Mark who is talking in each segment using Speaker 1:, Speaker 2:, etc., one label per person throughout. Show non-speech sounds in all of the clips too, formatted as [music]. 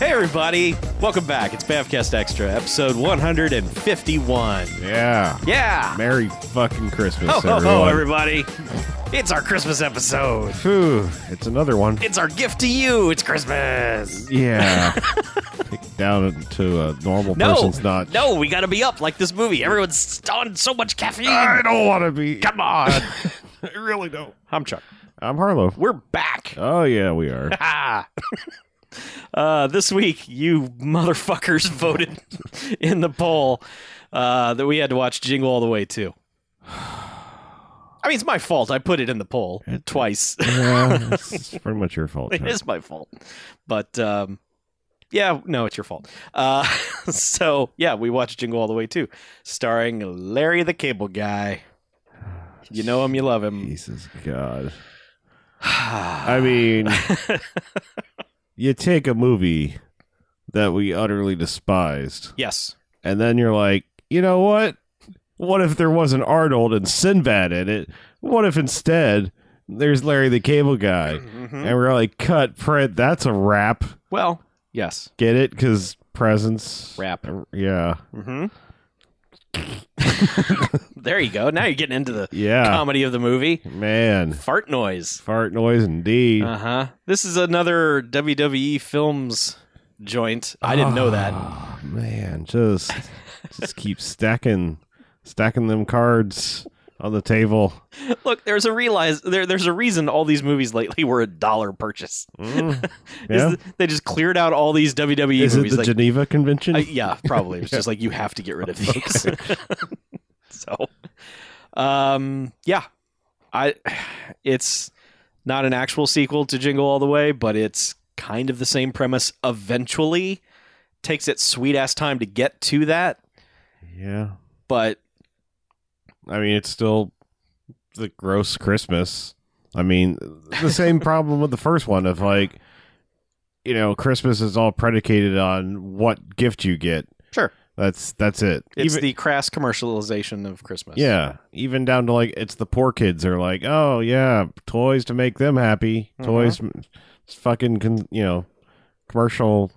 Speaker 1: everybody. Welcome back. It's Bavcast Extra, episode 151.
Speaker 2: Yeah.
Speaker 1: Yeah.
Speaker 2: Merry fucking Christmas,
Speaker 1: Ho, ho,
Speaker 2: everyone.
Speaker 1: ho, Oh, everybody. It's our Christmas episode.
Speaker 2: Phew, it's another one.
Speaker 1: It's our gift to you. It's Christmas. [laughs]
Speaker 2: Yeah. Down to a normal
Speaker 1: No.
Speaker 2: person's not.
Speaker 1: No, we got to be up like this movie. Everyone's on so much caffeine.
Speaker 2: I don't want to be.
Speaker 1: Come on.
Speaker 2: I really don't.
Speaker 1: I'm Chuck.
Speaker 2: I'm Harlow.
Speaker 1: We're back.
Speaker 2: Oh, yeah,
Speaker 1: [laughs]
Speaker 2: we are.
Speaker 1: Ah. [laughs] uh, this week, you motherfuckers [laughs] voted in the poll uh, that we had to watch Jingle All the Way too. [sighs] I mean, it's my fault. I put it in the poll twice. [laughs]
Speaker 2: yeah, it's pretty much your fault.
Speaker 1: it
Speaker 2: huh?
Speaker 1: is my fault. But um, yeah, no, it's your fault. Uh, [laughs] so yeah, we watched Jingle All the Way too, starring Larry the Cable Guy. You know him, you love him. [sighs]
Speaker 2: Jesus God. I
Speaker 1: [laughs]
Speaker 2: mean, you take a movie that we utterly despised,
Speaker 1: yes.
Speaker 2: and then you're like, you know what? What if there wasn't Arnold and Sinbad in it? What if instead there's Larry the Cable Guy?
Speaker 1: Mhm.
Speaker 2: And we're like, cut, print, that's a wrap.
Speaker 1: Well, yes.
Speaker 2: Get it? Because presents.
Speaker 1: Wrap.
Speaker 2: Yeah.
Speaker 1: hmm there you go. Now you're getting into the
Speaker 2: Yeah.
Speaker 1: comedy of the movie.
Speaker 2: Man.
Speaker 1: Fart noise.
Speaker 2: Fart noise indeed.
Speaker 1: Uh huh. This is another WWE films joint. I didn't know that.
Speaker 2: Oh, man, just just keep stacking stacking them cards on the table.
Speaker 1: [laughs] Look, there's a realize there. There's a reason all these movies lately were a dollar purchase. [laughs]
Speaker 2: Mm.
Speaker 1: Is
Speaker 2: Yeah.
Speaker 1: th- they just cleared out all these WWE
Speaker 2: Is it
Speaker 1: movies.
Speaker 2: the
Speaker 1: like,
Speaker 2: Geneva Convention? [laughs]
Speaker 1: I- Uh, yeah, probably. It was just like you have to get rid of these. [laughs] so, um, yeah, I. [sighs] It's not an actual sequel to Jingle All the Way, but it's kind of the same premise. Eventually, takes its sweet ass time to get to that,
Speaker 2: yeah.
Speaker 1: but
Speaker 2: I mean, it's still the gross Christmas. I mean,
Speaker 1: [laughs]
Speaker 2: the same problem with the first one of like, you know, Christmas is all predicated on what gift you get.
Speaker 1: sure,
Speaker 2: That's that's it.
Speaker 1: it's
Speaker 2: Even-
Speaker 1: the crass commercialization of Christmas.
Speaker 2: yeah, even down to like it's the poor kids are like, oh yeah, toys to make them happy.
Speaker 1: Mhm.
Speaker 2: Toys, mm, it's fucking con- you know, commercial,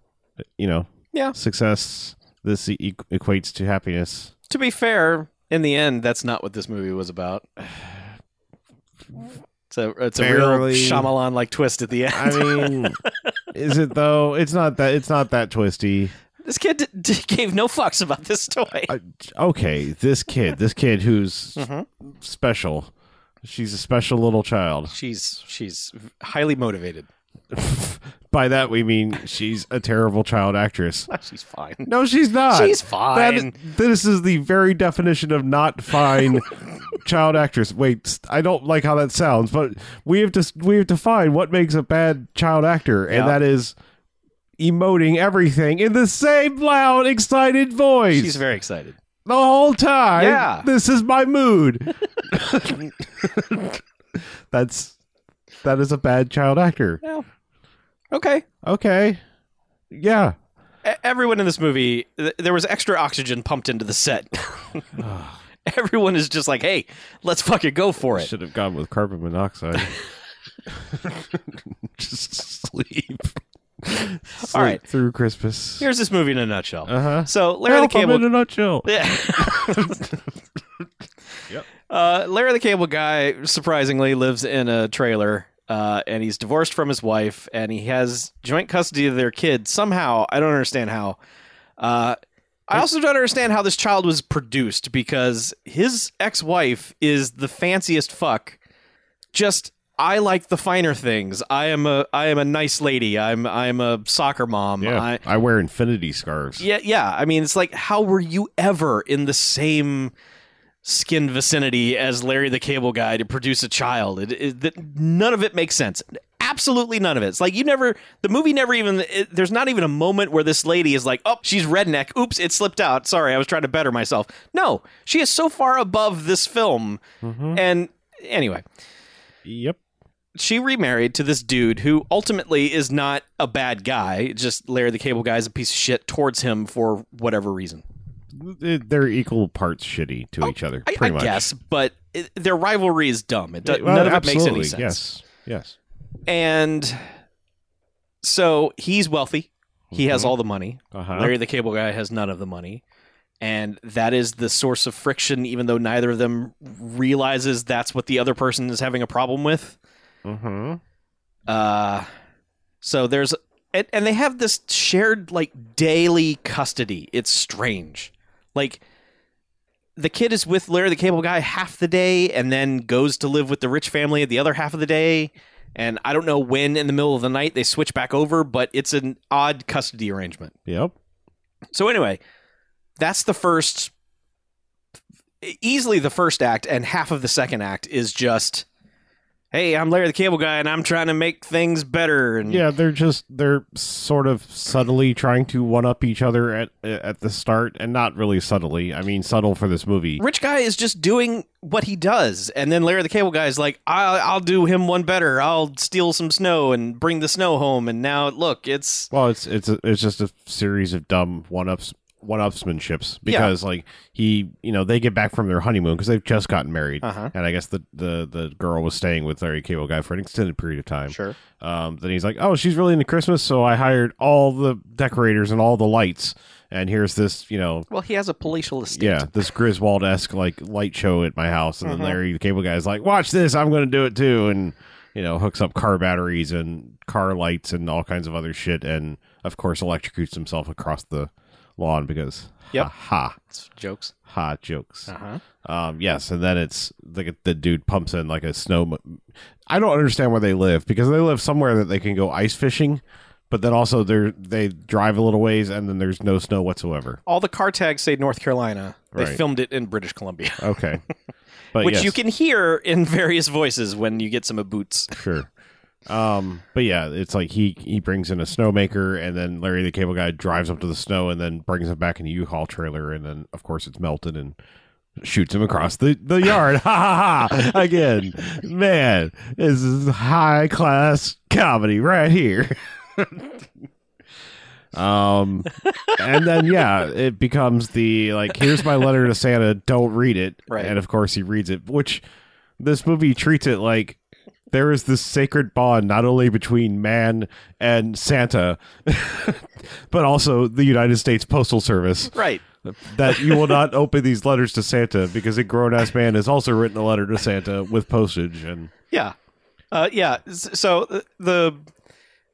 Speaker 2: you know,
Speaker 1: Yeah.
Speaker 2: success. This e- equates to happiness.
Speaker 1: To be fair, in the end, that's not what this movie was about. [sighs] It's a, it's a real
Speaker 2: Barely.
Speaker 1: Shyamalan like twist at the end.
Speaker 2: I mean, is it though? It's not that. It's not that twisty.
Speaker 1: This kid d- d- gave no fucks about [laughs] this toy.
Speaker 2: I- okay, this kid, this kid who's
Speaker 1: Mhm.
Speaker 2: special. She's a special little child. [laughs]
Speaker 1: She's she's highly motivated. [laughs]
Speaker 2: By that we mean she's a terrible child actress.
Speaker 1: She's fine.
Speaker 2: No, she's not.
Speaker 1: She's
Speaker 2: That-
Speaker 1: fine.
Speaker 2: this is the very definition of
Speaker 1: [laughs]
Speaker 2: not fine child actress. Wait, st- I don't like how that sounds, but we have to we have to find what makes a bad child actor,
Speaker 1: Yeah.
Speaker 2: and that is emoting everything in the same loud, excited voice.
Speaker 1: She's very excited.
Speaker 2: the whole time.
Speaker 1: Yeah.
Speaker 2: This is
Speaker 1: [laughs]
Speaker 2: my mood. [laughs] That's that is a bad child actor.
Speaker 1: Well, okay.
Speaker 2: Okay. Yeah.
Speaker 1: E- everyone in this movie, th- there was extra oxygen pumped into the [sighs] set. [laughs] everyone is just like, hey, let's fucking go for it.
Speaker 2: Should have gone with carbon monoxide. [laughs] Just sleep. Sleep
Speaker 1: All right.
Speaker 2: Through Christmas.
Speaker 1: Here's this movie in a nutshell.
Speaker 2: uh-huh.
Speaker 1: so Larry the
Speaker 2: Help, I'm
Speaker 1: Cable
Speaker 2: in a nutshell.
Speaker 1: Yeah.
Speaker 2: [laughs] Yep.
Speaker 1: Uh, Larry the Cable Guy surprisingly lives in a trailer, uh, and he's divorced from his wife, and he has joint custody of their kid somehow. I don't understand how. Uh, I also don't understand how this child was produced because his ex-wife is the fanciest fuck. Just I like the finer things. I am a I am a nice lady. I'm I'm a soccer mom.
Speaker 2: Yeah.
Speaker 1: I,
Speaker 2: I, wear infinity scarves.
Speaker 1: yeah, yeah. I mean, it's like, how were you ever in the same skin vicinity as Larry the Cable Guy to produce a child? It, it, that none of it makes sense. Absolutely none of it. It's like you never. The movie never even. it- there's not even a moment where this lady is like, "Oh, she's redneck. Oops, it slipped out. Sorry, I was trying to better myself." No, she is so far above this film.
Speaker 2: Mhm.
Speaker 1: And anyway,
Speaker 2: Yep.
Speaker 1: she remarried to this dude who ultimately is not a bad guy. Just Larry the Cable Guy is a piece of shit towards him for whatever reason.
Speaker 2: Th- They're equal parts shitty to each other.
Speaker 1: Oh, I, I
Speaker 2: pretty much.
Speaker 1: guess, but it, their rivalry is dumb. It, do-
Speaker 2: Well,
Speaker 1: none of it makes any
Speaker 2: absolutely,
Speaker 1: sense.
Speaker 2: Yes. Yes.
Speaker 1: And so he's wealthy. He has
Speaker 2: Mhm.
Speaker 1: all the money.
Speaker 2: Uh-huh.
Speaker 1: Larry the Cable Guy has none of the money. And that is the source of friction, even though neither of them realizes that's what the other person is having a problem with.
Speaker 2: Mm-hmm.
Speaker 1: Uh, so there's. And, and they have this shared, like, daily custody. It's strange. Like, the kid is with Larry the Cable Guy half the day and then goes to live with the rich family the other half of the day. And I don't know when in the middle of the night they switch back over, but it's an odd custody arrangement.
Speaker 2: Yep.
Speaker 1: So anyway, that's the first easily the first act and half of the second act is just hey, I'm Larry the Cable Guy and I'm trying to make things better and
Speaker 2: Yeah, they're just they're sort of subtly trying to one up each other at at the start, and not really subtly. I mean, subtle for this movie.
Speaker 1: Rich guy is just doing what he does, and then Larry the Cable Guy is like, "I'll, I'll do him one better. I'll steal some snow and bring the snow home." And now, look, it's
Speaker 2: Well, it's it's a, it's just a series of dumb one ups one upsmanships because like he you know they get back from their honeymoon because they've just gotten married,
Speaker 1: Uh-huh.
Speaker 2: and I guess the the the girl was staying with Larry Cable Guy for an extended period of time.
Speaker 1: sure,
Speaker 2: Um, then he's like, "Oh, she's really into Christmas, so I hired all the decorators and all the lights, and here's this, you know,
Speaker 1: well, he has a palatial estate.
Speaker 2: yeah, this Griswold esque like light show at my house." And
Speaker 1: Mhm.
Speaker 2: then Larry, the cable guy's like, "Watch this, I'm going to do it too," and you know, hooks up car batteries and car lights and all kinds of other shit, and of course, electrocutes himself across the lawn because
Speaker 1: Yep.
Speaker 2: ha ha
Speaker 1: It's jokes.
Speaker 2: ha jokes.
Speaker 1: Uh-huh.
Speaker 2: Um, yes, and then it's like the dude pumps in like a snow. mo- I don't understand where they live because they live somewhere that they can go ice fishing, but then also they are they drive a little ways and then there's no snow whatsoever.
Speaker 1: All the car tags say North Carolina. They
Speaker 2: Right.
Speaker 1: filmed it in British Columbia.
Speaker 2: Okay,
Speaker 1: [laughs]
Speaker 2: but
Speaker 1: which
Speaker 2: yes,
Speaker 1: you can hear in [laughs] various voices when you get some of Boots.
Speaker 2: sure. Um, but yeah, it's like he he brings in a snowmaker and then Larry the Cable Guy drives up to the snow and then brings him back in a U-Haul trailer and then of course it's melted and shoots him across the, the yard. [laughs] ha ha ha! Again, man, this is high class comedy right here. [laughs] um, and then yeah, it becomes the like, here's my letter to Santa. Don't read it.
Speaker 1: Right.
Speaker 2: And of course he reads it, which this movie treats it like. There is this sacred bond not only between man and Santa, [laughs] but also the United States Postal Service
Speaker 1: Right.
Speaker 2: that you will not open these letters to Santa because a grown ass man has also written a letter to Santa with postage and
Speaker 1: Yeah. Uh, yeah. S- So uh, the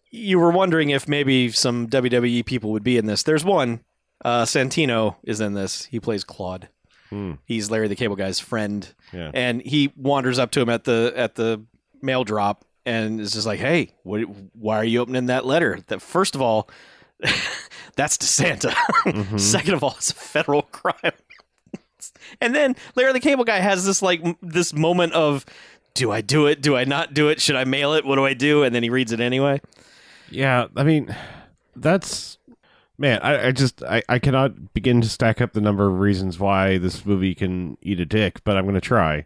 Speaker 1: you were wondering if maybe some WWE people would be in this. There's one. Uh, Santino is in this. He plays Claude.
Speaker 2: Hmm.
Speaker 1: He's Larry the Cable Guy's friend,
Speaker 2: yeah.
Speaker 1: [laughs] and he wanders up to him at the at the mail drop and is just like, "Hey, what, why are you opening that letter? That first of all, [laughs] that's to Santa. [laughs]
Speaker 2: Mhm.
Speaker 1: Second of all, it's a federal [laughs] crime. and then Larry the Cable Guy has this like m- this moment of, do I do it? Do I not do it? Should I mail it? What do I do? And then he reads it anyway.
Speaker 2: Yeah, I mean, that's man. I, I just I, I cannot begin to stack up the number of reasons why this movie can eat a dick, but I'm going to try.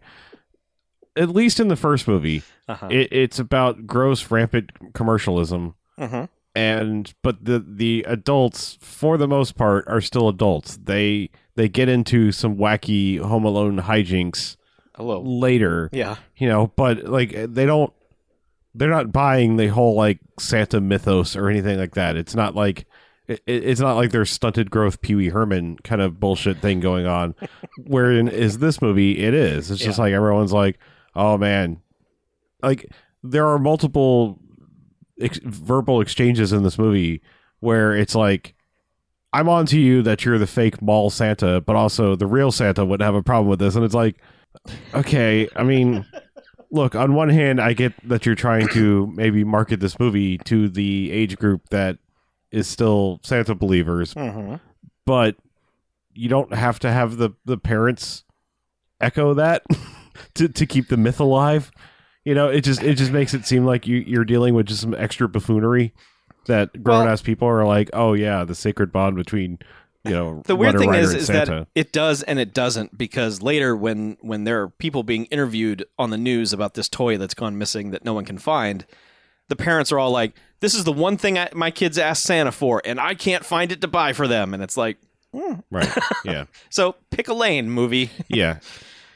Speaker 2: At least in the first movie,
Speaker 1: Uh-huh.
Speaker 2: it, it's about gross, rampant commercialism,
Speaker 1: Mhm.
Speaker 2: and but the the adults, for the most part, are still adults. They they get into some wacky Home Alone hijinks
Speaker 1: Hello.
Speaker 2: later,
Speaker 1: Yeah.
Speaker 2: you know, but like they don't they're not buying the whole like Santa mythos or anything like that. It's not like it, it- it's not like there's stunted growth Pee Wee Herman kind of bullshit thing going on. Wherein is this movie? It is. It's just like everyone's like, oh man, like there are multiple ex- verbal exchanges in this movie where it's like. I'm on to you that you're the fake mall Santa, but also the real Santa wouldn't have a problem with this. And it's like, okay, I mean, look, on one hand, I get that you're trying to maybe market this movie to the age group that is still Santa believers,
Speaker 1: Mm-hmm.
Speaker 2: but you don't have to have the, the parents echo that [laughs] to, to keep the myth alive. You know, it just it just makes it seem like you, you're dealing with just some extra buffoonery that grown ass people are like, oh yeah, the sacred bond between you know
Speaker 1: The weird
Speaker 2: letter
Speaker 1: thing
Speaker 2: writer
Speaker 1: is,
Speaker 2: and
Speaker 1: is
Speaker 2: Santa.
Speaker 1: that it does and it doesn't because later when when there are people being interviewed on the news about this toy that's gone missing that no one can find, the parents are all like, "This is the one thing I, my kids asked Santa for, and I can't find it to buy for them." And it's like,
Speaker 2: right? Yeah.
Speaker 1: so pick a lane, movie. [laughs]
Speaker 2: yeah.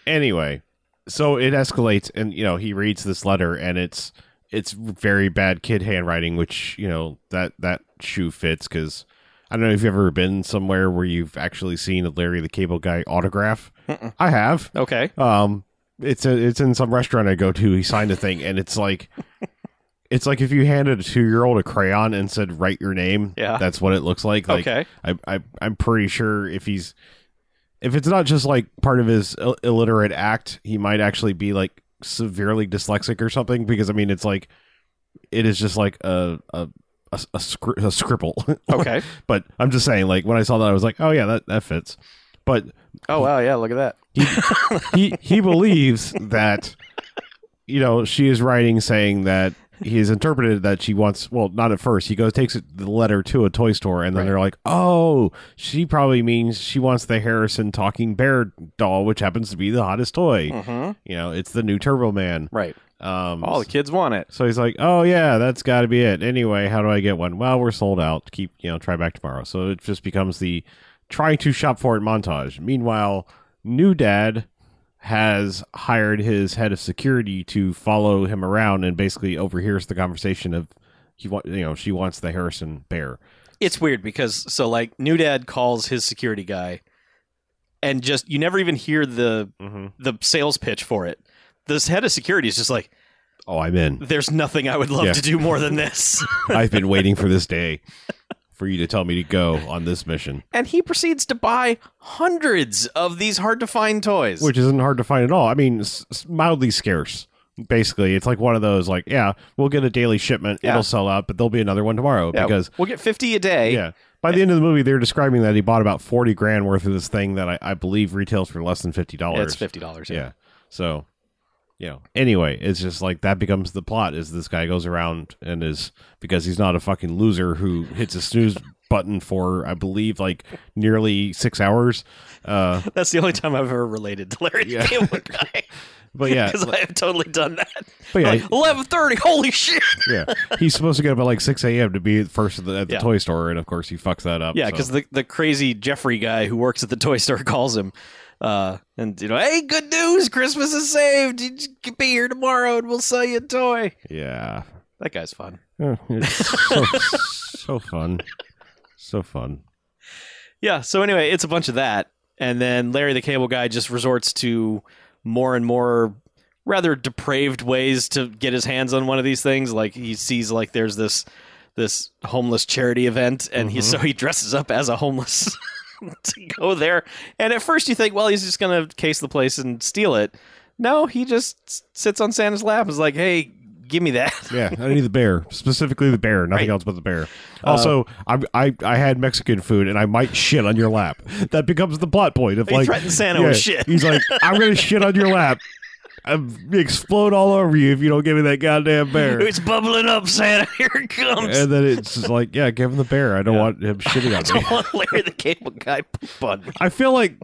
Speaker 2: Anyway, so it escalates, and you know he reads this letter, and it's it's very bad kid handwriting, which you know that that shoe fits because I don't know if you've ever been somewhere where you've actually seen a Larry the Cable Guy autograph.
Speaker 1: Mm-mm.
Speaker 2: I have.
Speaker 1: Okay.
Speaker 2: Um, it's a, it's in some restaurant I go to. He signed a thing, and it's like, it's like if you handed a two year old a crayon and said write your name.
Speaker 1: Yeah.
Speaker 2: that's what it looks like. Like [laughs]
Speaker 1: okay.
Speaker 2: I, I I'm pretty sure if he's if it's not just like part of his Ill- illiterate act, he might actually be like severely dyslexic or something. Because I mean, it's like it is just like a a a, a, scri- a scribble. [laughs]
Speaker 1: Okay.
Speaker 2: but I'm just saying, like when I saw that, I was like, oh yeah, that that fits. But
Speaker 1: Oh wow. Yeah. Look at that.
Speaker 2: he he believes that you know she is writing saying that he has interpreted that she wants well not at first he goes takes it- the letter to a toy store and then
Speaker 1: Right.
Speaker 2: they're like oh she probably means she wants the harrison talking bear doll which happens to be the hottest toy
Speaker 1: Mm-hmm.
Speaker 2: you know it's the new turbo man
Speaker 1: Right.
Speaker 2: um
Speaker 1: All the kids want it.
Speaker 2: so he's like oh yeah that's got to be it anyway how do i get one well we're sold out keep you know try back tomorrow so it just becomes the trying to shop for it montage. Meanwhile, new dad has hired his head of security to follow him around and basically overhears the conversation of he want you know she wants the Harrison bear.
Speaker 1: It's weird because so like new dad calls his security guy, and just you never even hear the
Speaker 2: Mm-hmm.
Speaker 1: the sales pitch for it. This head of security is just like,
Speaker 2: Oh, I'm in.
Speaker 1: there's nothing I would love
Speaker 2: Yeah.
Speaker 1: to do more than this. [laughs]
Speaker 2: I've been waiting for this day for you to tell me to go on this mission,
Speaker 1: and he proceeds to buy hundreds of these hard to find toys.
Speaker 2: which isn't hard to find at all. I mean, s- s- mildly scarce. Basically, it's like one of those like, yeah, we'll get a daily shipment,
Speaker 1: Yeah.
Speaker 2: it'll sell out, but there'll be another one tomorrow
Speaker 1: Yeah,
Speaker 2: because
Speaker 1: we'll get 50 a day.
Speaker 2: Yeah. By the end of the movie, they're describing that he bought about forty grand worth of this thing that I, I believe retails for less than fifty
Speaker 1: Yeah, it's
Speaker 2: dollars.
Speaker 1: $50.
Speaker 2: Yeah. So, you know. Anyway, it's just like that becomes the plot. Is this guy goes around and is because he's not a fucking loser who hits a snooze button for I believe like nearly six hours. Uh,
Speaker 1: That's the only time I've ever related to Larry
Speaker 2: Yeah.
Speaker 1: the Cable [laughs] Guy.
Speaker 2: but yeah,
Speaker 1: Because I have totally done that.
Speaker 2: but yeah,
Speaker 1: Like, 11.30, holy shit!
Speaker 2: yeah. He's supposed to get up at like six a.m. to be first at the, at the
Speaker 1: Yeah.
Speaker 2: toy store, and of course he fucks that up.
Speaker 1: Yeah,
Speaker 2: so.
Speaker 1: because the, the crazy Jeffrey guy who works at the toy store calls him. Uh, and, you know, hey, good news, Christmas is saved. You can be here tomorrow and we'll sell you a toy. [laughs]
Speaker 2: yeah.
Speaker 1: That guy's fun.
Speaker 2: Yeah, it's so, so fun. So fun.
Speaker 1: Yeah. So anyway, it's a bunch of that, and then Larry the Cable Guy just resorts to more and more rather depraved ways to get his hands on one of these things. Like he sees like there's this this homeless charity event, and he
Speaker 2: Mhm.
Speaker 1: so he dresses up as a homeless. [laughs] to go there and at first you think well he's just gonna case the place and steal it no he just s- sits on santa's lap and is like hey give me that
Speaker 2: Yeah, I need the bear specifically the bear, nothing
Speaker 1: Right. Uh,
Speaker 2: else but the bear. Also, I, I I had Mexican food and I might shit on your lap. That becomes the plot point of
Speaker 1: He
Speaker 2: like
Speaker 1: threatens Santa with shit.
Speaker 2: He's like, I'm gonna shit on your lap. I'm explode all over you if you don't give me that goddamn
Speaker 1: [laughs] [laughs]
Speaker 2: bear.
Speaker 1: it's bubbling up santa [laughs] here it comes
Speaker 2: And then it's just like, yeah, give him the bear. I don't
Speaker 1: Yeah.
Speaker 2: want him
Speaker 1: [laughs]
Speaker 2: shitting on me.
Speaker 1: don't want [laughs] Larry the Cable Guy poop on me.
Speaker 2: I feel like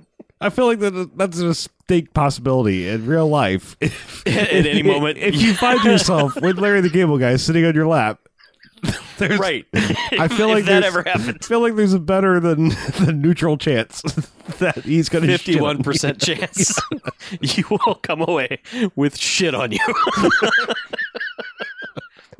Speaker 2: I feel like that that's a distinct possibility in real life. [laughs] If,
Speaker 1: At any moment.
Speaker 2: if you find yourself with Larry the Cable Guy sitting on your lap, [laughs]
Speaker 1: [laughs]
Speaker 2: there's,
Speaker 1: Right.
Speaker 2: I feel
Speaker 1: If
Speaker 2: like
Speaker 1: that
Speaker 2: there's-
Speaker 1: ever [laughs] happened.
Speaker 2: I feel like there's a better than [laughs] the neutral chance [laughs] that he's going to
Speaker 1: Fifty-one percent [laughs] chance you will come away with shit on you.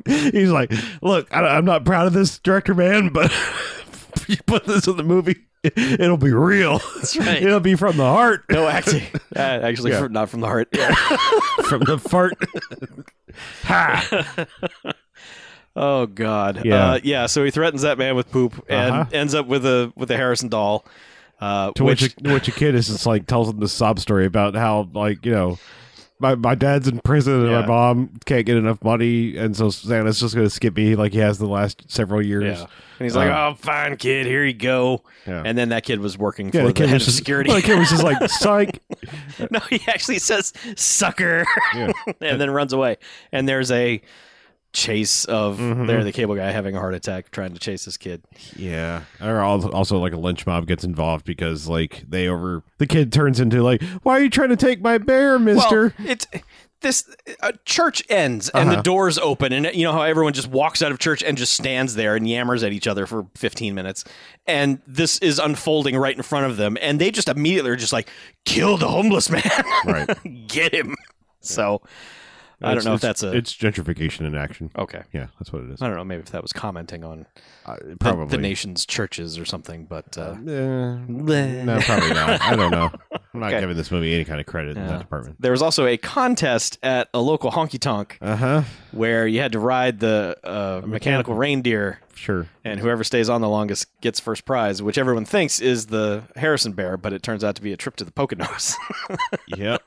Speaker 2: He's like, look, I, I'm not proud of this director, man, but [laughs] if you put this in the movie, it, will be real. That's
Speaker 1: right.
Speaker 2: [laughs] It'll be from the heart, [laughs]
Speaker 1: No acting. Uh, actually, [laughs]
Speaker 2: Yeah.
Speaker 1: from- not from the heart.
Speaker 2: from the fart. [laughs] ha.
Speaker 1: [laughs] Oh God.
Speaker 2: Yeah.
Speaker 1: Uh, yeah. So he threatens that man with poop and
Speaker 2: Uh-huh.
Speaker 1: ends up with a with a Harrison doll. Uh,
Speaker 2: To
Speaker 1: which,
Speaker 2: which, a, which a kid is just like tells him this sob story about how like you know my, my dad's in prison and
Speaker 1: Yeah.
Speaker 2: my mom can't get enough money and so Santa's just gonna skip me like he has the last several years.
Speaker 1: yeah. And he's like,
Speaker 2: Um,
Speaker 1: "Oh, fine, kid. Here you go."
Speaker 2: Yeah.
Speaker 1: And then that kid was working
Speaker 2: Yeah,
Speaker 1: for
Speaker 2: the
Speaker 1: the,
Speaker 2: kid
Speaker 1: head
Speaker 2: was
Speaker 1: of
Speaker 2: just
Speaker 1: security.
Speaker 2: well, the kid was
Speaker 1: [laughs]
Speaker 2: just like psych.
Speaker 1: no, he actually says "sucker."
Speaker 2: Yeah.
Speaker 1: [laughs] and then runs away. And there's a chase of
Speaker 2: Mhm.
Speaker 1: there the cable guy having a heart attack trying to chase this kid.
Speaker 2: Yeah. Or al- also like a lynch mob gets involved because like they over the kid turns into like, why are you trying to take my
Speaker 1: [laughs]
Speaker 2: bear, Mister?
Speaker 1: Well, it's this uh, church ends and
Speaker 2: Uh-huh.
Speaker 1: the doors open and uh, you know how everyone just walks out of church and just stands there and yammers at each other for 15 minutes and this is unfolding right in front of them and they just [laughs] immediately are just like kill the homeless man
Speaker 2: right.
Speaker 1: get him so I don't
Speaker 2: It's-
Speaker 1: know if
Speaker 2: it's-
Speaker 1: that's a- Oh.
Speaker 2: It's gentrification in action.
Speaker 1: Okay.
Speaker 2: Yeah, that's what it is.
Speaker 1: I don't know. Maybe if that was commenting on
Speaker 2: Uh,
Speaker 1: the,
Speaker 2: probably
Speaker 1: the nation's churches or something, but uh,
Speaker 2: Eh, no, probably not. I
Speaker 1: [laughs]
Speaker 2: don't know. I'm not
Speaker 1: Okay.
Speaker 2: giving this movie any kind of credit in
Speaker 1: Yeah.
Speaker 2: that department.
Speaker 1: there was also a contest at a local honky tonk
Speaker 2: Uh huh.
Speaker 1: where you had to ride the uh, mechanical reindeer,
Speaker 2: Sure.
Speaker 1: and whoever stays on the longest gets first prize, which everyone thinks is the Harrison bear, but it turns out to be a trip to the Poconos. [laughs]
Speaker 2: [laughs] Yep.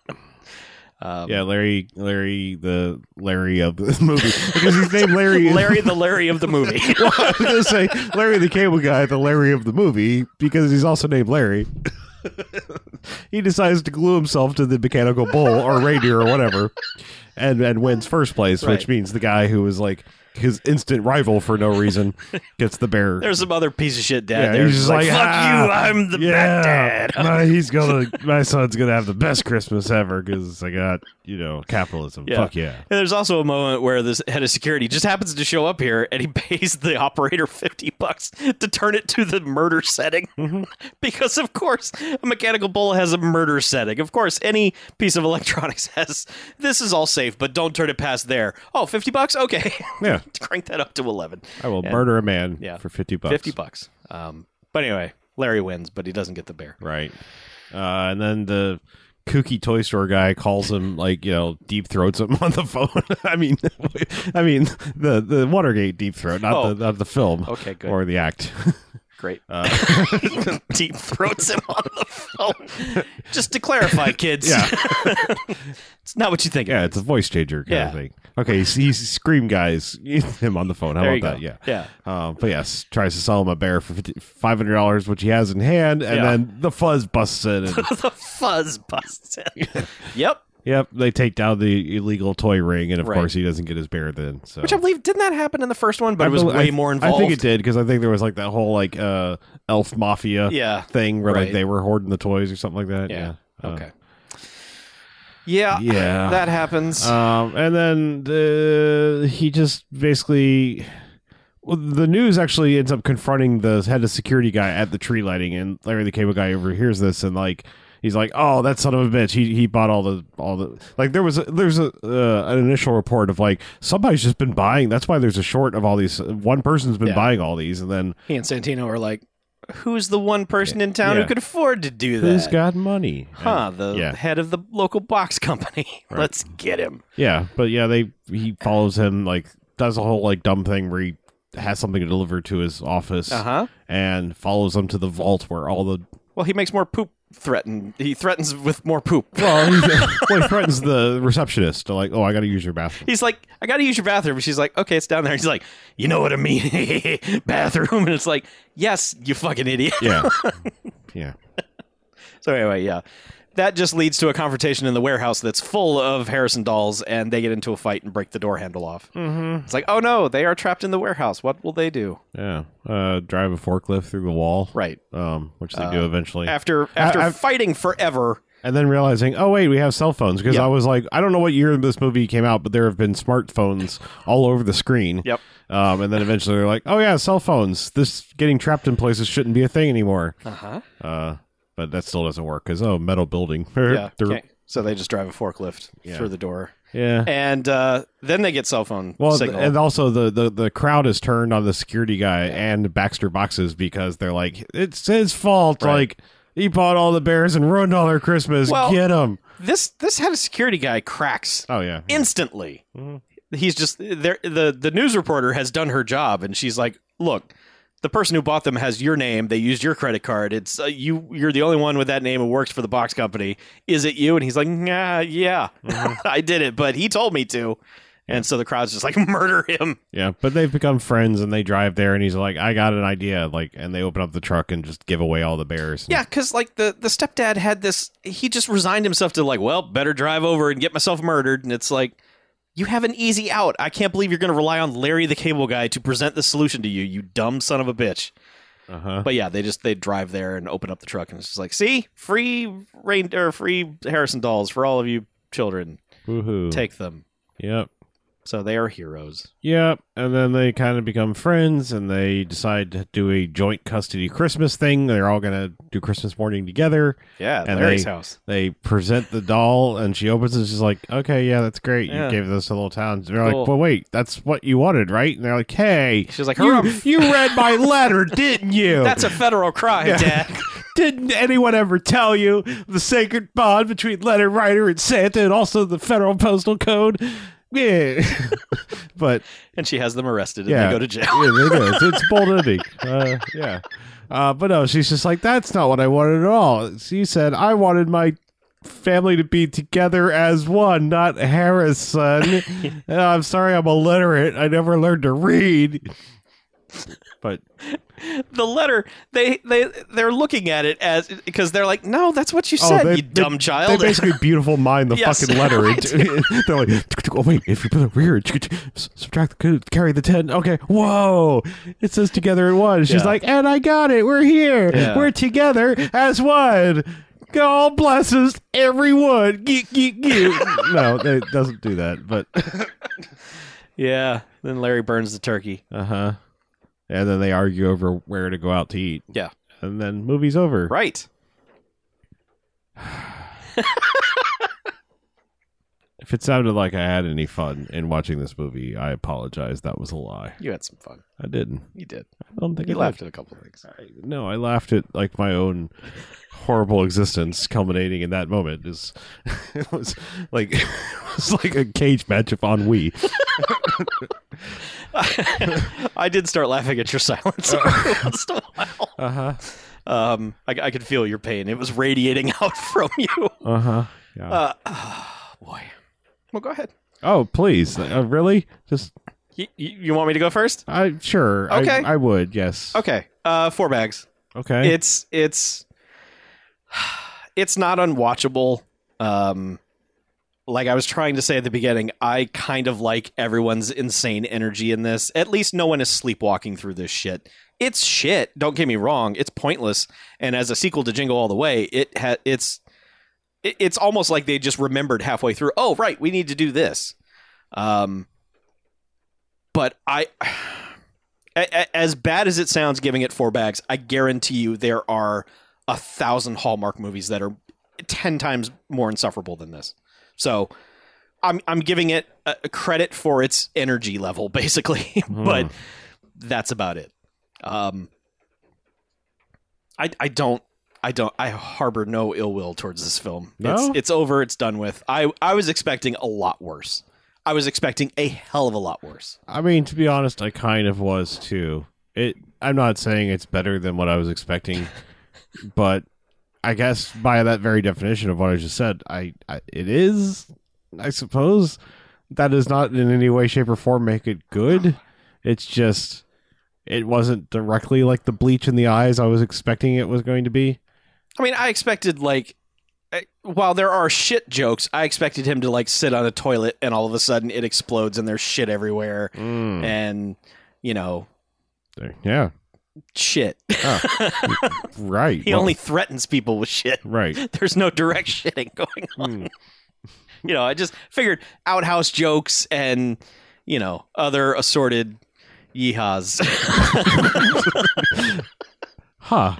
Speaker 1: um,
Speaker 2: Yeah, Larry, Larry, the [laughs] Larry of this movie because he's named Larry.
Speaker 1: [laughs] Larry the Larry of the
Speaker 2: [laughs]
Speaker 1: movie.
Speaker 2: Well, [laughs] I was gonna say Larry the Cable Guy, the Larry of the movie, because he's also named
Speaker 1: [laughs]
Speaker 2: Larry. he decides to glue himself to the mechanical bull or reindeer or whatever, and and wins first place,
Speaker 1: Right.
Speaker 2: which means the guy who was like his instant rival for no
Speaker 1: [laughs]
Speaker 2: reason gets the bear.
Speaker 1: There's some other piece of shit dad
Speaker 2: Yeah,
Speaker 1: there.
Speaker 2: he's
Speaker 1: who's
Speaker 2: just
Speaker 1: like,
Speaker 2: like,
Speaker 1: fuck
Speaker 2: "Ah,
Speaker 1: you, I'm the bad
Speaker 2: yeah,
Speaker 1: dad. [laughs]
Speaker 2: my, he's gonna. My son's gonna have the best Christmas ever because I got you know capitalism.
Speaker 1: Yeah.
Speaker 2: Fuck yeah.
Speaker 1: And there's also a moment where this head of security just happens to show up here and he [laughs] pays the operator 50 bucks to turn it to the murder setting.
Speaker 2: Mm-hmm.
Speaker 1: [laughs] because, of course, a mechanical bull has a murder setting. Of course, any piece of [laughs] electronics has this is all safe, but don't turn it past there. Oh, 50 bucks? Okay. [laughs]
Speaker 2: Yeah,
Speaker 1: Crank that up to 11.
Speaker 2: I will
Speaker 1: Yeah.
Speaker 2: murder a man
Speaker 1: Yeah.
Speaker 2: for fifty bucks.
Speaker 1: 50 bucks. Um, but anyway, Larry wins, but he doesn't get the bear.
Speaker 2: Right. Uh, and then the kooky toy store guy calls him like you know deep throats him [laughs] on the phone. I mean, [laughs] I mean the the Watergate deep throat, not
Speaker 1: Oh.
Speaker 2: the not the film
Speaker 1: Okay, good.
Speaker 2: or the act. [laughs]
Speaker 1: Great.
Speaker 2: Uh,
Speaker 1: [laughs] Deep throats him on the phone. Just to clarify, kids.
Speaker 2: Yeah.
Speaker 1: [laughs] it's not what you think. it
Speaker 2: yeah, it's a voice changer kind
Speaker 1: Yeah.
Speaker 2: of thing. Okay, he's, he's scream guys [laughs] him on the phone. How
Speaker 1: There you
Speaker 2: about that?
Speaker 1: go.
Speaker 2: Yeah.
Speaker 1: Yeah. [laughs]
Speaker 2: Uh, but yes, tries to sell him a bear for five hundred dollars, which he has in hand, and
Speaker 1: Yeah.
Speaker 2: then the fuzz busts
Speaker 1: [laughs]
Speaker 2: in. And,
Speaker 1: the fuzz busts
Speaker 2: [laughs]
Speaker 1: in. yep.
Speaker 2: yep, they take down the illegal toy ring, and of
Speaker 1: Right.
Speaker 2: course he doesn't get his bear then. So
Speaker 1: Which I believe didn't that happen in the first one, but
Speaker 2: I
Speaker 1: it was
Speaker 2: bel-
Speaker 1: way
Speaker 2: I-
Speaker 1: more involved.
Speaker 2: I think it did because I think there was like that whole like uh, elf mafia
Speaker 1: Yeah.
Speaker 2: thing where
Speaker 1: Right.
Speaker 2: like they were hoarding the toys or something like that.
Speaker 1: Yeah.
Speaker 2: Yeah. Uh,
Speaker 1: Okay. Yeah.
Speaker 2: Yeah.
Speaker 1: That happens.
Speaker 2: um, and then the, he just basically. Well, the news actually ends up confronting the head of security guy at the tree lighting, and Larry the Cable Guy overhears this and like he's like, "Oh, that son of a bitch! He he bought all the all the like there was a, there's a uh, an initial report of like somebody's just been buying. That's why there's a short of all these. One person's been
Speaker 1: Yeah.
Speaker 2: buying all these, and then
Speaker 1: he and Santino are like, who's the one person in town who
Speaker 2: Yeah.
Speaker 1: could afford to do that?
Speaker 2: Who's got money?
Speaker 1: Huh,
Speaker 2: And-
Speaker 1: the
Speaker 2: yeah.
Speaker 1: head of the local box company. [laughs]
Speaker 2: Right.
Speaker 1: Let's get him.
Speaker 2: yeah, but yeah, they he follows him like does a whole like dumb thing where he has something delivered to his office
Speaker 1: Uh huh.
Speaker 2: and follows him to the vault where all the
Speaker 1: Well, he makes more poop threaten. He threatens with more poop.
Speaker 2: well [laughs] he, well, he threatens the receptionist to like oh I got to use your bathroom.
Speaker 1: He's like, I gotta use your bathroom. She's like, okay, it's down there. He's like, you know what I mean, [laughs] bathroom. And it's like, yes, you fucking idiot. [laughs]
Speaker 2: [laughs] Yeah, yeah,
Speaker 1: So anyway, yeah, that just leads to a confrontation in the warehouse that's full of Harrison dolls, and they get into a fight and break the door handle off. Mm-hmm. It's like, oh no, they are trapped in the warehouse. What will they do?
Speaker 2: yeah. Uh, drive a forklift through the wall,
Speaker 1: Right Uh,
Speaker 2: Um, which they do eventually.
Speaker 1: after after
Speaker 2: I-
Speaker 1: fighting forever.
Speaker 2: and then realizing, oh wait, we have cell phones because
Speaker 1: Yep.
Speaker 2: I was like, I don't know what year this movie came out, but there have been smartphones all over the screen.
Speaker 1: Yep.
Speaker 2: Um, and then eventually they're like, oh yeah, cell phones. This getting trapped in places shouldn't be a thing anymore.
Speaker 1: Uh huh.
Speaker 2: Uh, but that still doesn't work because oh, metal building. [laughs]
Speaker 1: Yeah.
Speaker 2: They're-
Speaker 1: okay. So they just drive a forklift
Speaker 2: Yeah.
Speaker 1: through the door,
Speaker 2: yeah.
Speaker 1: and uh, then they get cell phone
Speaker 2: Well,
Speaker 1: signal.
Speaker 2: and also the, the the crowd is turned on the security guy and Baxter Boxes because they're like, it's his fault.
Speaker 1: Right.
Speaker 2: Like he bought all the bears and ruined all their Christmas.
Speaker 1: Well-
Speaker 2: Get him.
Speaker 1: this this head of security guy cracks
Speaker 2: Oh yeah.
Speaker 1: instantly.
Speaker 2: Mhm.
Speaker 1: He's just there. The the news reporter has done her job, and she's like, "Look, the person who bought them has your name. They used your credit card. It's uh, you. You're the only one with that name who works for the box company. Is it you?" And he's like, "Nah, yeah, [laughs] I did it, but he told me to." And so the crowd's just like, [laughs] "Murder him!"
Speaker 2: Yeah, but they've become friends and they drive there and he's like, I got an idea. Like, and they open up the truck and just give away all the bears.
Speaker 1: Yeah, because like the the stepdad had this. He just resigned himself to like, well, better drive over and get myself murdered. And it's like, you have an easy out. I can't believe you're going to rely on Larry the Cable Guy to present the solution to you. You dumb son of a bitch.
Speaker 2: Uh huh.
Speaker 1: But yeah, they just they drive there and open up the truck and it's just like, see, free rain or free Harrison dolls for all of you children.
Speaker 2: Woohoo.
Speaker 1: Take them.
Speaker 2: Yep.
Speaker 1: So they are heroes.
Speaker 2: Yeah, and then they kind of become friends, and they decide to do a joint custody Christmas thing. They're all gonna do Christmas morning together.
Speaker 1: Yeah,
Speaker 2: And
Speaker 1: Larry's
Speaker 2: they-
Speaker 1: house.
Speaker 2: They present the doll, and she opens it. She's like, "Okay, yeah, that's great.
Speaker 1: Yeah.
Speaker 2: You gave this to Little Town." They're
Speaker 1: Cool.
Speaker 2: like, "Well, wait, that's what you wanted, right?" And they're like, "Hey,
Speaker 1: She's like,
Speaker 2: you,
Speaker 1: "Harumph."
Speaker 2: you read my letter, didn't you?
Speaker 1: [laughs] That's a federal crime,
Speaker 2: Yeah.
Speaker 1: Dad. [laughs]
Speaker 2: Didn't anyone ever tell you the sacred bond between letter writer and Santa, and also the federal postal code?" Yeah, [laughs]
Speaker 1: [laughs]
Speaker 2: but
Speaker 1: And she has them arrested and
Speaker 2: Yeah.
Speaker 1: they go to jail.
Speaker 2: yeah, they do.
Speaker 1: [laughs]
Speaker 2: It's, it's bold ending. Uh, yeah. Uh, but no, she's just like, that's not what I wanted at all. She said, I wanted my family to be together as one, not Harrison.
Speaker 1: [laughs]
Speaker 2: Uh, I'm sorry, I'm illiterate. I never learned to read. But
Speaker 1: The letter they they they're looking at it as because they're like, no, that's what you
Speaker 2: Oh,
Speaker 1: said,
Speaker 2: they-
Speaker 1: you
Speaker 2: they-
Speaker 1: dumb
Speaker 2: they
Speaker 1: child.
Speaker 2: basically beautiful mind the
Speaker 1: Yes.
Speaker 2: fucking letter. Into, [laughs] they're like, oh, wait, if you put it rear, subtract the code, carry the 10. Okay, whoa. It says together in one. She's
Speaker 1: Yeah.
Speaker 2: like, and I got it. We're here.
Speaker 1: Yeah.
Speaker 2: We're together as one. God blesses everyone. [laughs] Geek, geek, geek. no, it doesn't do that, but
Speaker 1: [laughs] yeah. Then Larry burns the turkey.
Speaker 2: uh huh. And then they argue over where to go out to eat.
Speaker 1: Yeah.
Speaker 2: And then movie's over.
Speaker 1: Right.
Speaker 2: If it sounded like I had any fun in watching this movie, I apologize. That was a lie.
Speaker 1: You had some fun.
Speaker 2: I didn't.
Speaker 1: You did.
Speaker 2: I don't think
Speaker 1: You
Speaker 2: I did.
Speaker 1: laughed at a couple of things.
Speaker 2: I, no, I laughed at like my own horrible existence culminating in that moment. Is [laughs] it was like [laughs] it was like a cage match of [laughs] ennui.
Speaker 1: [laughs] I did start laughing at your silence every once in a while.
Speaker 2: Uh huh.
Speaker 1: Um, I, I could feel your pain. It was radiating [laughs] out from you.
Speaker 2: Uh huh. Yeah.
Speaker 1: Uh, [sighs] ah, boy. Well, go ahead.
Speaker 2: oh please, uh, really? Just
Speaker 1: You, you, you want me to go first?
Speaker 2: I sure. I-
Speaker 1: Okay.
Speaker 2: I, would. Yes.
Speaker 1: Okay. Uh, four bags.
Speaker 2: Okay.
Speaker 1: It's it's [sighs] it's not unwatchable. Um, like I was trying to say at the beginning, I kind of like everyone's insane energy in this. At least no one is sleepwalking through this shit. It's shit. Don't get me wrong. It's pointless. And as a sequel to Jingle All the Way, it ha- it's it- it's almost like they just remembered halfway through. Oh, right, we need to do this. Um, but I, [sighs] a- a- as bad as it sounds, giving it four bags, I guarantee you there are a thousand Hallmark movies that are ten times more insufferable than this. So, I'm I'm giving it a, a credit for its energy level, [laughs] basically. but that's about it. Um, I I don't I don't I harbor no ill will towards this film.
Speaker 2: No?
Speaker 1: It's it's over. It's done with. I I was expecting a lot worse. I was expecting a hell of a lot worse.
Speaker 2: I mean, to be honest, I kind of was too. It. I'm not saying it's better than what I
Speaker 1: [laughs]
Speaker 2: was expecting, but I guess by that very definition of what I just said, I, I it is. I suppose that does not in any way, shape, or form make it
Speaker 1: [sighs]
Speaker 2: good. It's just it wasn't directly like the bleach in the eyes I was expecting it was going to be.
Speaker 1: I mean, I expected like I- while there are shit jokes, I expected him to like sit on a toilet and all of a sudden it explodes and there's shit everywhere
Speaker 2: Hmm.
Speaker 1: Mm. and you know
Speaker 2: Yeah,
Speaker 1: shit.
Speaker 2: right.
Speaker 1: he
Speaker 2: Well,
Speaker 1: only threatens people with shit. [laughs]
Speaker 2: right.
Speaker 1: There's no direct shitting going on.
Speaker 2: Mm.
Speaker 1: You know, I just figured outhouse jokes and you know other assorted yeehaws. [laughs]
Speaker 2: Huh.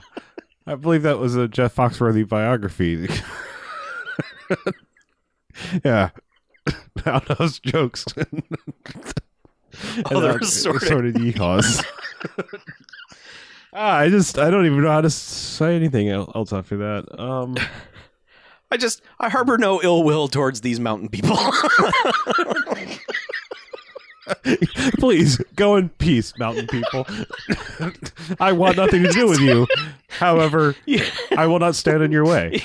Speaker 2: I believe that was a Jeff Foxworthy biography. [laughs] yeah. [laughs] Out of those jokes. [laughs] and
Speaker 1: Other
Speaker 2: out-
Speaker 1: assorted
Speaker 2: assorted yeehaws. [laughs] ah, I just I don't even know how to say anything el- else after that. Um
Speaker 1: I just I harbor no ill will towards these mountain people. [laughs]
Speaker 2: please go in peace, mountain people. [laughs] I want nothing to do with you. However,
Speaker 1: Yeah.
Speaker 2: I will not stand in your way.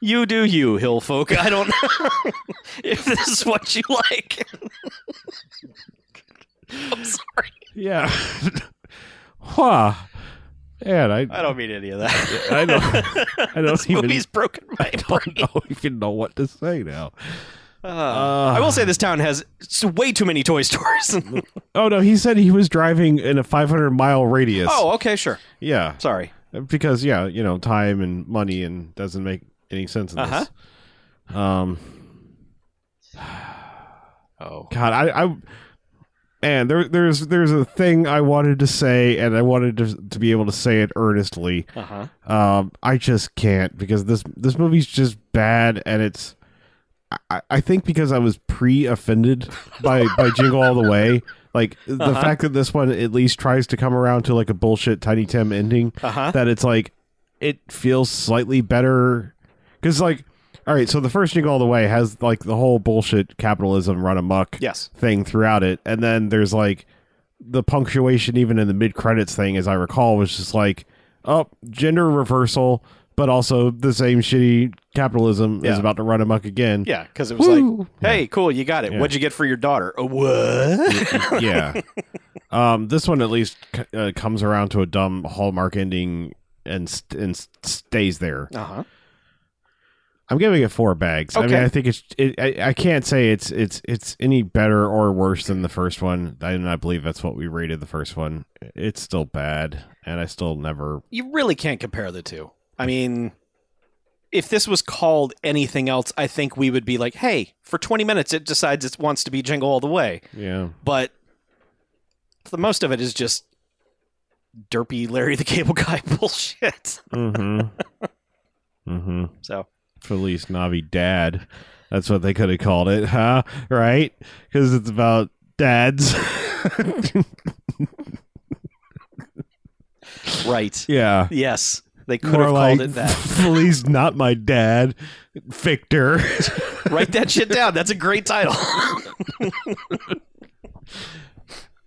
Speaker 1: you do you, hill folk. I don't know [laughs] if this is what you like. [laughs] I'm sorry.
Speaker 2: Yeah. [laughs] huh. Man, I
Speaker 1: I don't mean any of that.
Speaker 2: I don't, I don't
Speaker 1: [laughs] this
Speaker 2: even-
Speaker 1: movie's broken my brain.
Speaker 2: don't [laughs] know even know what to say now.
Speaker 1: Uh, I will say this town has s- way too many toy stores. [laughs]
Speaker 2: Oh no, he said he was driving in a 500 mile radius.
Speaker 1: oh, okay, sure.
Speaker 2: yeah,
Speaker 1: Sorry.
Speaker 2: because yeah, you know, time and money and doesn't
Speaker 1: Uh-huh.
Speaker 2: make any sense in this. Um,
Speaker 1: Oh,
Speaker 2: God, I, I man, there, there's there's a thing I wanted to say, and I wanted to to be able to say it earnestly.
Speaker 1: uh huh.
Speaker 2: Um, I just can't because this this movie's just bad, and it's. I, I think because I was pre-offended by by Jingle All the Way, like the
Speaker 1: Uh-huh.
Speaker 2: fact that this one at least tries to come around to like a bullshit Tiny Tim ending,
Speaker 1: Uh huh.
Speaker 2: that it's like it feels slightly better because like all right so the first jingle all the way has like the whole bullshit capitalism run amok
Speaker 1: Yes.
Speaker 2: thing throughout it and then there's like the punctuation even in the mid-credits thing as i recall was just like oh gender reversal but also the same shitty capitalism is
Speaker 1: Yeah.
Speaker 2: about to run amok again
Speaker 1: Yeah, because it was like,
Speaker 2: Woo.
Speaker 1: hey, cool, you got it.
Speaker 2: Yeah.
Speaker 1: What'd you get for your daughter? A what? [laughs]
Speaker 2: [laughs] [laughs] yeah. Um, this one at least c- uh, comes around to a dumb hallmark ending and st- and s- stays there.
Speaker 1: uh huh.
Speaker 2: I'm giving it four bags. I mean,
Speaker 1: Okay.
Speaker 2: I think it's. It, I, I can't say it's it's it's any better or worse than the first one. I do not believe that's what we rated the first one. It's still bad, and I still never.
Speaker 1: You really can't compare the two. I mean, if this was called anything else, I think we would be like, hey, for 20 minutes, it decides it wants to be Jingle All the Way.
Speaker 2: Yeah,
Speaker 1: But the most of it is just derpy Larry the Cable Guy [laughs] bullshit. [laughs]
Speaker 2: mm-hmm, mm-hmm.
Speaker 1: So,
Speaker 2: Feliz Navidad. That's what they could have called it, huh? Right? Because it's about dads. [laughs]
Speaker 1: right.
Speaker 2: yeah.
Speaker 1: Yes. They could
Speaker 2: More
Speaker 1: have
Speaker 2: like,
Speaker 1: called it
Speaker 2: [laughs]
Speaker 1: that.
Speaker 2: Please, not my dad,
Speaker 1: [laughs]
Speaker 2: Victor.
Speaker 1: Write that shit down. That's a great title. [laughs]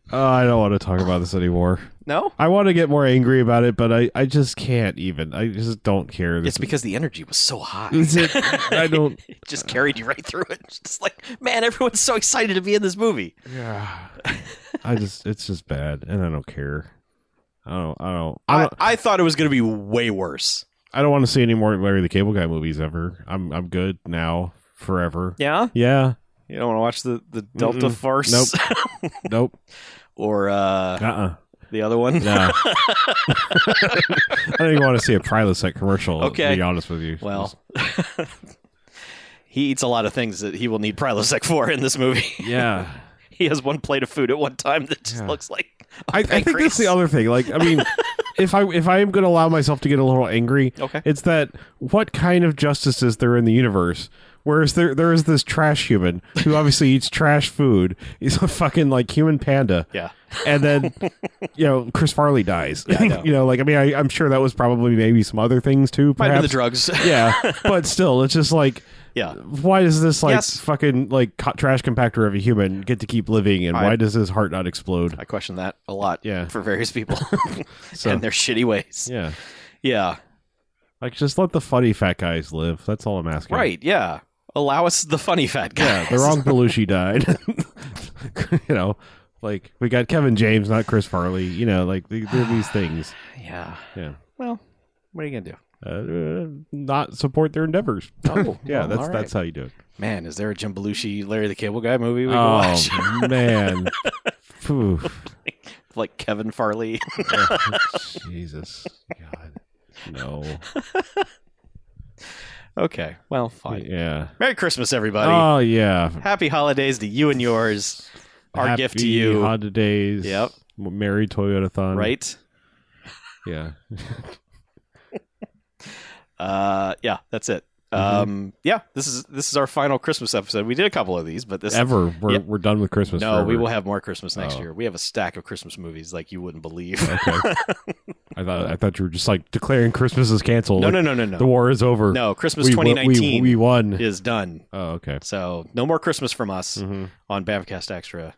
Speaker 2: Oh, I don't want to talk about this anymore.
Speaker 1: no?
Speaker 2: I want to get more angry about it, but I, I just can't even. I just don't care.
Speaker 1: It's because the energy was so high.
Speaker 2: Is it- I
Speaker 1: [laughs]
Speaker 2: don't.
Speaker 1: It just carried you right through it. It's just like, man, everyone's so excited to be in this movie.
Speaker 2: Yeah. I just. It's just bad, and I don't care. I don't. I don't. I
Speaker 1: I,
Speaker 2: don't.
Speaker 1: I thought it was going to be way worse.
Speaker 2: I don't want to see any more Larry the Cable Guy movies ever. I'm. I'm good now. Forever.
Speaker 1: Yeah?
Speaker 2: Yeah.
Speaker 1: You don't want to watch the, the Delta
Speaker 2: Mm-mm.
Speaker 1: farce?
Speaker 2: Nope. Nope.
Speaker 1: [laughs] or uh,
Speaker 2: Uh. uh
Speaker 1: the other one? [laughs]
Speaker 2: No. [laughs] I don't even want to see a Prilosec commercial.
Speaker 1: Okay.
Speaker 2: To be honest with you.
Speaker 1: Well, [laughs] he eats a lot of things that he will need Prilosec for in this movie. [laughs]
Speaker 2: Yeah.
Speaker 1: he has one plate of food at one time that just
Speaker 2: Yeah.
Speaker 1: looks like. a
Speaker 2: I, I think that's
Speaker 1: pancreas.
Speaker 2: the other thing. Like,
Speaker 1: [laughs]
Speaker 2: I mean, if I if I am going to allow myself to get a little angry,
Speaker 1: Okay.
Speaker 2: it's that what kind of justice is there in the universe? Whereas there there is this trash human who obviously eats trash food. He's a fucking like human panda,
Speaker 1: Yeah. [laughs]
Speaker 2: and then you know Chris Farley dies.
Speaker 1: I know.
Speaker 2: you know, like I mean, I, I'm sure that was probably maybe some other things too.
Speaker 1: Might have been the
Speaker 2: Perhaps.
Speaker 1: drugs. [laughs]
Speaker 2: yeah, but still, it's just like.
Speaker 1: yeah.
Speaker 2: Why does this like
Speaker 1: Yes.
Speaker 2: fucking like co- trash compactor of a human get to keep living, and
Speaker 1: I-
Speaker 2: why does his heart not explode?
Speaker 1: I question that a lot
Speaker 2: Yeah.
Speaker 1: for various people
Speaker 2: [laughs] So-
Speaker 1: and their shitty ways.
Speaker 2: yeah,
Speaker 1: yeah.
Speaker 2: Like, just let the funny fat guys live. That's all I'm asking.
Speaker 1: Right, yeah. Allow us the funny fat guy.
Speaker 2: Yeah. The wrong Belushi died. [laughs] you know, like we got Kevin James, not Chris Farley. You know, like th- there are these things.
Speaker 1: Yeah.
Speaker 2: Yeah.
Speaker 1: Well, what are you gonna do?
Speaker 2: Uh, not support their endeavors.
Speaker 1: [laughs] Oh,
Speaker 2: Yeah,
Speaker 1: well,
Speaker 2: that's
Speaker 1: all right.
Speaker 2: that's how you do it.
Speaker 1: Man, is there a Jim Belushi, Larry the Cable Guy movie we can watch?
Speaker 2: Oh man. Phew.
Speaker 1: [laughs] like Kevin Farley. [laughs]
Speaker 2: Jesus. God. No.
Speaker 1: okay. Well, fine.
Speaker 2: Yeah.
Speaker 1: Merry Christmas, everybody.
Speaker 2: Oh yeah.
Speaker 1: Happy holidays to you and yours. Our
Speaker 2: Happy
Speaker 1: gift to you.
Speaker 2: Holidays.
Speaker 1: Yep.
Speaker 2: Merry Toyota Thon.
Speaker 1: Right?
Speaker 2: Yeah.
Speaker 1: Uh yeah, that's it.
Speaker 2: Mm-hmm.
Speaker 1: Um yeah, this is this is our final Christmas episode. We did a couple of these, but this
Speaker 2: Ever. We're
Speaker 1: Yeah.
Speaker 2: we're done with Christmas.
Speaker 1: No,
Speaker 2: forever.
Speaker 1: we will have more Christmas next
Speaker 2: Oh.
Speaker 1: year. We have a stack of Christmas movies like you wouldn't
Speaker 2: [laughs]
Speaker 1: believe. [laughs]
Speaker 2: Okay. I thought I thought you were just like declaring Christmas is canceled.
Speaker 1: no,
Speaker 2: like,
Speaker 1: no, no, no, no.
Speaker 2: The war is over.
Speaker 1: No, Christmas
Speaker 2: we, won-
Speaker 1: 2019
Speaker 2: We, we won.
Speaker 1: is done.
Speaker 2: Oh, okay.
Speaker 1: So no more Christmas from us
Speaker 2: Mm-hmm.
Speaker 1: on Bamcast Extra.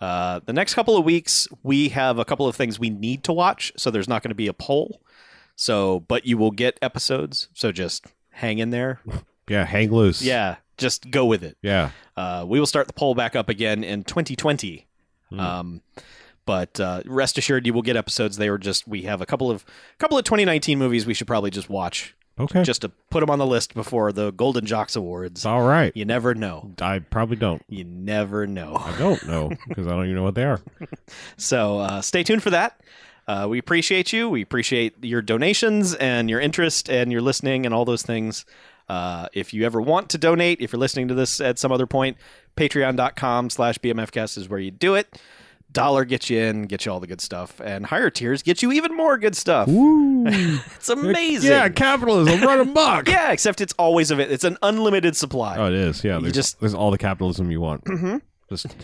Speaker 1: Uh, the next couple of weeks, we have a couple of things we need to watch, so there's not going to be a poll. So, but you will get episodes. So just hang in there.
Speaker 2: Yeah, hang loose.
Speaker 1: Yeah, just go with it.
Speaker 2: Yeah.
Speaker 1: Uh, we will start the poll back up again in 2020.
Speaker 2: Mm.
Speaker 1: Um, but uh, rest assured, you will get episodes. They were just we have a couple of couple of 2019 movies we should probably just watch
Speaker 2: Okay.
Speaker 1: just to put them on the list before the Golden Jocks Awards.
Speaker 2: all right.
Speaker 1: You never know.
Speaker 2: I probably don't.
Speaker 1: You never know.
Speaker 2: I don't know because I don't even know what
Speaker 1: [laughs]
Speaker 2: they are.
Speaker 1: So uh, stay tuned for that. Uh, we appreciate you. We appreciate your donations and your interest and your listening and all those things. Uh, if you ever want to donate, if you're listening to this at some other point, Patreon.com slash BMFcast is where you do it. Dollar gets you in, get you all the good stuff, and higher tiers get you even more good stuff.
Speaker 2: Woo.
Speaker 1: It's amazing.
Speaker 2: Yeah, capitalism, run amok.
Speaker 1: Yeah, except it's always of it. It's an unlimited supply.
Speaker 2: Oh, it is. Yeah, there's,
Speaker 1: just-
Speaker 2: there's all the capitalism you want.
Speaker 1: Mhm.
Speaker 2: Just, [laughs]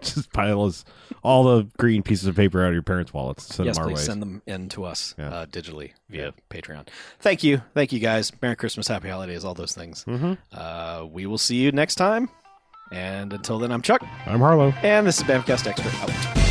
Speaker 2: just pile us all the green pieces of paper out of your parents' wallets. Send
Speaker 1: yes,
Speaker 2: them our
Speaker 1: please
Speaker 2: way.
Speaker 1: send them in to us
Speaker 2: Yeah.
Speaker 1: uh, digitally via Patreon. Thank you, thank you guys. Merry Christmas, Happy Holidays, all those things.
Speaker 2: Mhm.
Speaker 1: Uh, we will see you next time. And until then, I'm Chuck,
Speaker 2: I'm Harlow.
Speaker 1: and this is Bamcast Expert out.